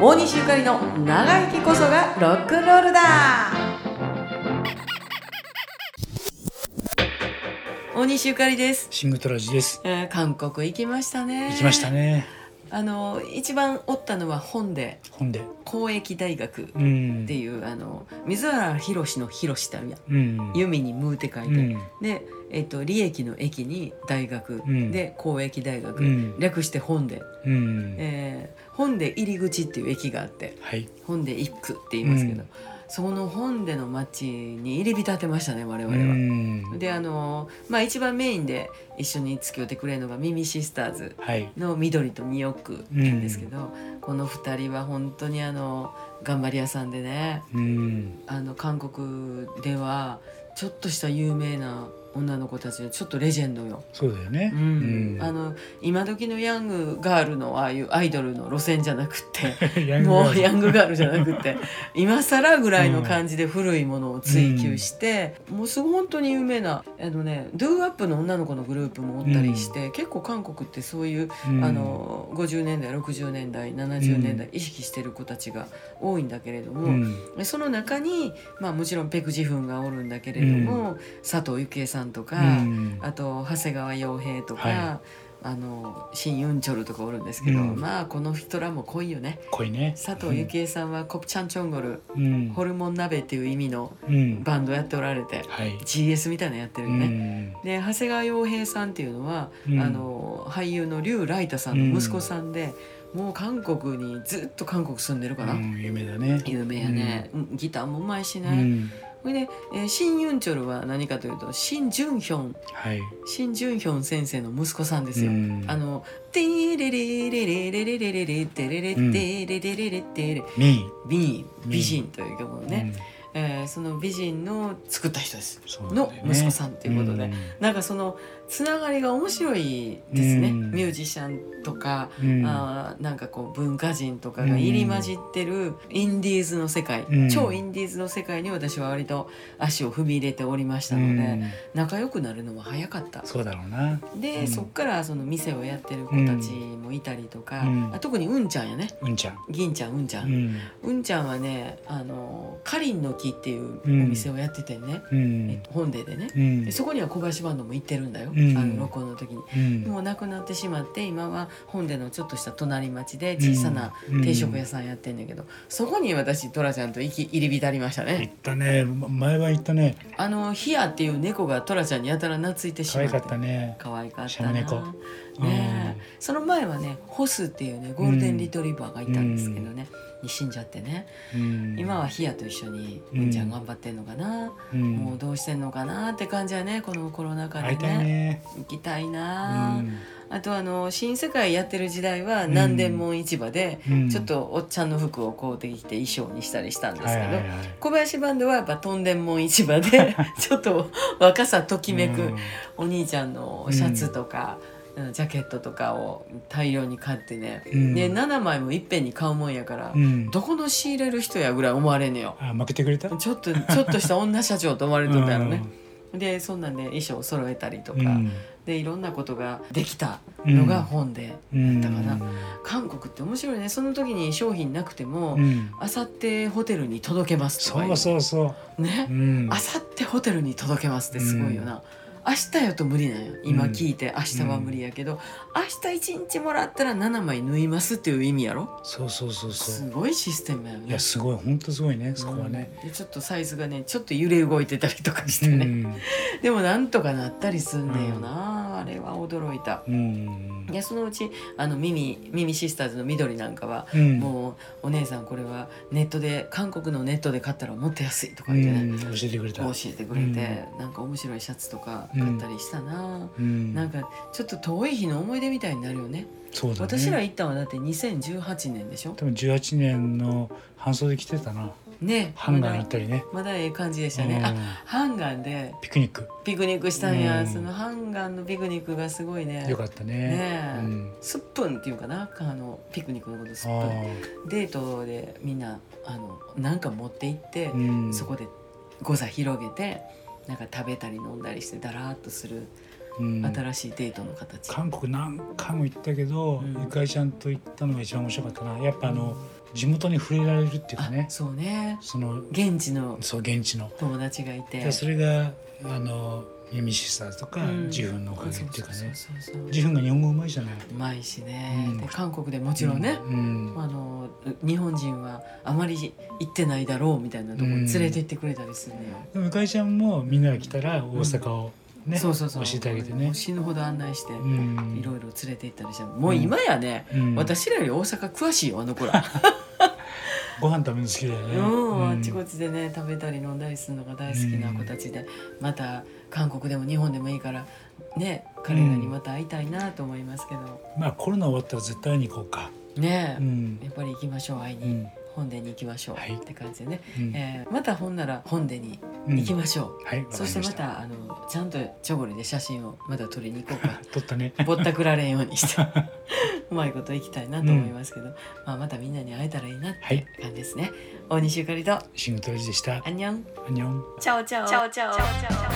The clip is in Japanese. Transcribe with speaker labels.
Speaker 1: 大西ゆかりの長生きこそがロックンロールだ大西ゆかりです、
Speaker 2: シングトラジです。
Speaker 1: えー韓国行きましたね
Speaker 2: 行きましたね。
Speaker 1: あの一番おったのは本で
Speaker 2: 本で。
Speaker 1: 公益大学っ
Speaker 2: うん。
Speaker 1: ていう、あの水原宏の宏ってあるやん
Speaker 2: うん。
Speaker 1: 弓に「ムー」って書いて、
Speaker 2: うん。
Speaker 1: で、えっと利益の益に大学、
Speaker 2: ん
Speaker 1: で公益大学、
Speaker 2: うん
Speaker 1: 略して本で、
Speaker 2: うん。
Speaker 1: えー本で入り口っていう駅があって
Speaker 2: はい。
Speaker 1: 本で一区って言いますけど、
Speaker 2: うん
Speaker 1: その本での街に入り浸ってましたね我
Speaker 2: う
Speaker 1: 々は。
Speaker 2: ん。
Speaker 1: であのーまあ一番メインで一緒に付き合ってくれるのが「ミミシスターズ」
Speaker 2: はい。
Speaker 1: の緑と二億なんですけど、この二人は本当にあの頑張り屋さんでね
Speaker 2: うん。
Speaker 1: あの韓国ではちょっとした有名な女の子たちのちょっとレジェンドよ、
Speaker 2: そうだよね。
Speaker 1: うんあ
Speaker 2: の、
Speaker 1: の今時のヤングガールのああいうアイドルの路線じゃなくって
Speaker 2: ヤング
Speaker 1: も
Speaker 2: ガー
Speaker 1: う
Speaker 2: ル
Speaker 1: ヤングガールじゃなく て今更ぐらいの感じで古いものを追求して、もうすごい本当に有名なあのねドゥーアップの女の子のグループもおったりして、結構韓国ってそういう、
Speaker 2: うん
Speaker 1: あの50年代60年代70年代意識してる子たちが多いんだけれど
Speaker 2: う
Speaker 1: も、
Speaker 2: ん。
Speaker 1: その中に、まあ、もちろんペク・ジフンがおるんだけれども、佐藤幸恵さんとか、
Speaker 2: うん
Speaker 1: あと長谷川洋平とか。
Speaker 2: は
Speaker 1: あのシン・ユンチョルとかおるんですけど、
Speaker 2: うん
Speaker 1: まあこの人らも濃いよね。
Speaker 2: 濃いね。
Speaker 1: 佐藤幸恵さんはコプチャンチョンゴル、
Speaker 2: うん。
Speaker 1: ホルモン鍋っていう意味の
Speaker 2: うん。
Speaker 1: バンドやっておられて、
Speaker 2: はい。
Speaker 1: GS みたいなのやって
Speaker 2: う
Speaker 1: るよね、
Speaker 2: ん。
Speaker 1: で長谷川洋平さんっていうのは、
Speaker 2: うん
Speaker 1: あの俳優の劉ライタさんの息子さんで、もう韓国にずっと韓国住んでるかな、
Speaker 2: うん。有名だね。
Speaker 1: 有名やね、うんギターもうまいし
Speaker 2: う
Speaker 1: ね、
Speaker 2: ん。
Speaker 1: これで、えーシン・ユンチョルは何かというとシン・ジュンヒョン
Speaker 2: はい。
Speaker 1: シン・ジュンヒョン先生の息子さんですよ、
Speaker 2: うん
Speaker 1: あの「ティーレレレレレレレレレテレレテレレレレテレ」
Speaker 2: ミ
Speaker 1: 美
Speaker 2: うん
Speaker 1: 美人という曲を
Speaker 2: ー。
Speaker 1: ね、えーその美人の作った人です
Speaker 2: うん。そうだ
Speaker 1: の
Speaker 2: よね
Speaker 1: 息子さんということで、。なんかそのつながりが面白いですね、
Speaker 2: うん
Speaker 1: ミュージシャンとか、
Speaker 2: うん。
Speaker 1: あーなんかこう文化人とかが入り混じってるインディーズの世界、
Speaker 2: うん
Speaker 1: 超インディーズの世界に私は割と足を踏み入れておりましたので、
Speaker 2: うん
Speaker 1: 仲良くなるのは早かった。
Speaker 2: そうだろうな。
Speaker 1: で、
Speaker 2: うん
Speaker 1: そっからその店をやってる子たちもいたりとか、
Speaker 2: うん
Speaker 1: あ特にうんちゃんやね
Speaker 2: うんちゃん。
Speaker 1: 銀ちゃんうんちゃ、
Speaker 2: うんん。
Speaker 1: うんちゃんはねあのかりんの木っていうお店をやっててね、
Speaker 2: う
Speaker 1: えっ
Speaker 2: ん。
Speaker 1: と、本邸でね、
Speaker 2: うん
Speaker 1: で。そこには小林バンドも行ってるんだよ、
Speaker 2: うん
Speaker 1: あの録音の時に。
Speaker 2: うん
Speaker 1: もうなくなってしまって今は本でのちょっとした隣町で小さな定食屋さんやってんだけど、そこに私トラちゃんと行き入り浸りました
Speaker 2: 行
Speaker 1: ね
Speaker 2: ったねま前は行ったね
Speaker 1: あのヒヤっていう猫がトラちゃんにやたら懐いてし
Speaker 2: 可
Speaker 1: まっ
Speaker 2: 愛
Speaker 1: て
Speaker 2: かったね
Speaker 1: 可愛かっ
Speaker 2: シ
Speaker 1: た
Speaker 2: ャム猫
Speaker 1: なねえその前はねホスっていうねゴールデンリトリバーがいたんですけどね、に死んじゃってね
Speaker 2: うん
Speaker 1: 今はヒヤと一緒に
Speaker 2: うん
Speaker 1: うんちゃん頑張ってんのかな、
Speaker 2: うん
Speaker 1: もうどうしてんのかなって感じはねこのコロナ禍
Speaker 2: 会
Speaker 1: で
Speaker 2: いた
Speaker 1: ね
Speaker 2: いね
Speaker 1: 行きたいうな、
Speaker 2: ん
Speaker 1: あとあの新世界やってる時代は南伝門市場で
Speaker 2: うん
Speaker 1: ちょっとおっちゃんの服を買うてきて衣装にしたりしたんです
Speaker 2: は
Speaker 1: け
Speaker 2: い
Speaker 1: ど、
Speaker 2: はいはい
Speaker 1: 小林バンドはやっぱとんでん門市場 でちょっと若さときめく、
Speaker 2: うん
Speaker 1: お兄ちゃんのシャツとか、うんジャケットとかを大量に買ってね、
Speaker 2: うん
Speaker 1: で7枚もいっぺんに買うもんやから、
Speaker 2: うん
Speaker 1: どこの仕入れる人やぐらい思われんのよ
Speaker 2: あ負けてくれた
Speaker 1: ちょっとちょっとした女社長と思われとったよね、でそんなんで衣装を揃えたりと
Speaker 2: う
Speaker 1: か、
Speaker 2: んうん
Speaker 1: でいろんなことができたのが本で、
Speaker 2: うん
Speaker 1: だから韓国って面白いねその時に商品なくても、
Speaker 2: うん
Speaker 1: あさってホテルに届けますとか
Speaker 2: そうそうそう
Speaker 1: ね
Speaker 2: ううん
Speaker 1: あさってホテルに届けますってすごいよな、明日よと無理なんよ今聞いて明日は無理やけど、明日一日もらったら7枚縫いますっていう意味やろ
Speaker 2: そうそうそうそ
Speaker 1: す
Speaker 2: う
Speaker 1: ごいシステムやよ
Speaker 2: い
Speaker 1: ね
Speaker 2: やすごい本当すごいねそこはね
Speaker 1: うんでちょっとサイズがねちょっと揺れ動いてたりとかして
Speaker 2: う
Speaker 1: ね、
Speaker 2: ん
Speaker 1: でもなんとかなったりすんねんよな、あれは驚いた
Speaker 2: うん
Speaker 1: いやそのうちあのミミミミシスターズの緑なんかは
Speaker 2: うん
Speaker 1: もうお姉さんこれはネットで韓国のネットで買ったらもっと安いとか
Speaker 2: う
Speaker 1: 言ってね、
Speaker 2: ん教えてくれた
Speaker 1: 教えてくれて、なんか面白いシャツとか買ったりしたな、
Speaker 2: うん
Speaker 1: なんかちょっと遠い日の思い出みたいになるよね
Speaker 2: そうだね
Speaker 1: 私ら行ったのはだって2018年でしょ
Speaker 2: 多分18年の半袖着てたな
Speaker 1: ね
Speaker 2: ハンガーになったりね
Speaker 1: まだまだええ感じでしたね、
Speaker 2: うん
Speaker 1: あハンガンで
Speaker 2: ピクニック
Speaker 1: ピクニックしたんや、
Speaker 2: うん
Speaker 1: そのハンガンのピクニックがすごいね
Speaker 2: よかったね
Speaker 1: ねえ
Speaker 2: うん
Speaker 1: スップンっていうかなあのピクニックのことス
Speaker 2: あ
Speaker 1: ップン
Speaker 2: ー
Speaker 1: デートでみんなあのなんか持って行って、
Speaker 2: うん
Speaker 1: そこで誤差広げてなんか食べたり飲んだりしてだらーっとする
Speaker 2: うん
Speaker 1: 新しいデートの形、
Speaker 2: 韓国何回も行ったけど、
Speaker 1: うん
Speaker 2: ゆかりちゃんと行ったのが一番面白かったなやっぱあの、地元に触れられるっていうかね
Speaker 1: あそうね
Speaker 2: その
Speaker 1: 現地の
Speaker 2: そう現地の
Speaker 1: 友達がいて
Speaker 2: でそれがあのミミシスターズとか
Speaker 1: うん
Speaker 2: ジフンのおかげっていうか
Speaker 1: そう
Speaker 2: ね
Speaker 1: そうそうそう
Speaker 2: ジフンが日本語うまいじゃないう
Speaker 1: まいしね、
Speaker 2: うん
Speaker 1: で韓国でもちろんね、
Speaker 2: うん
Speaker 1: あの日本人はあまり行ってないだろうみたいなとこに連れて行ってくれたりするのよ、
Speaker 2: でも向井ちゃんもみんなが来たら大阪をね
Speaker 1: そ
Speaker 2: 教
Speaker 1: うそうそう
Speaker 2: えてあげてね
Speaker 1: もう死ぬほど案内して、
Speaker 2: うん
Speaker 1: いろいろ連れて行ったりしてもう今やね、
Speaker 2: うん
Speaker 1: 私らより大阪詳しいよあの子ら、
Speaker 2: ご飯食べるの好きだよね
Speaker 1: うん、あっちこ
Speaker 2: う
Speaker 1: っちでね食べたり飲んだりするのが大好きな子たちで、また韓国でも日本でもいいからね彼らにまた会いたいなと思いますけど、
Speaker 2: まあコロナ終わったら絶対会いに行こうか
Speaker 1: ね
Speaker 2: う
Speaker 1: え、
Speaker 2: ん
Speaker 1: やっぱり行きましょう会いうに、
Speaker 2: ん
Speaker 1: 本殿に行きましょう、
Speaker 2: はい
Speaker 1: って感じでね、
Speaker 2: うん
Speaker 1: えーまた本なら本殿に行きましょう、
Speaker 2: はいわかり
Speaker 1: そ
Speaker 2: ま
Speaker 1: してま
Speaker 2: した
Speaker 1: たあのちゃんとチョゴリで写真をまだ撮りに行こう か
Speaker 2: 撮ったね
Speaker 1: ぼったくられんように してうまいこと行きたいなと思いますけど、まあ、またみんなに会えたらいいなって
Speaker 2: はい
Speaker 1: 感じですね大西ゆかりと
Speaker 2: シングトレジでした
Speaker 1: アンニョン
Speaker 2: アンニョン
Speaker 1: チャオチャオ
Speaker 3: ciao ciao ciao ciao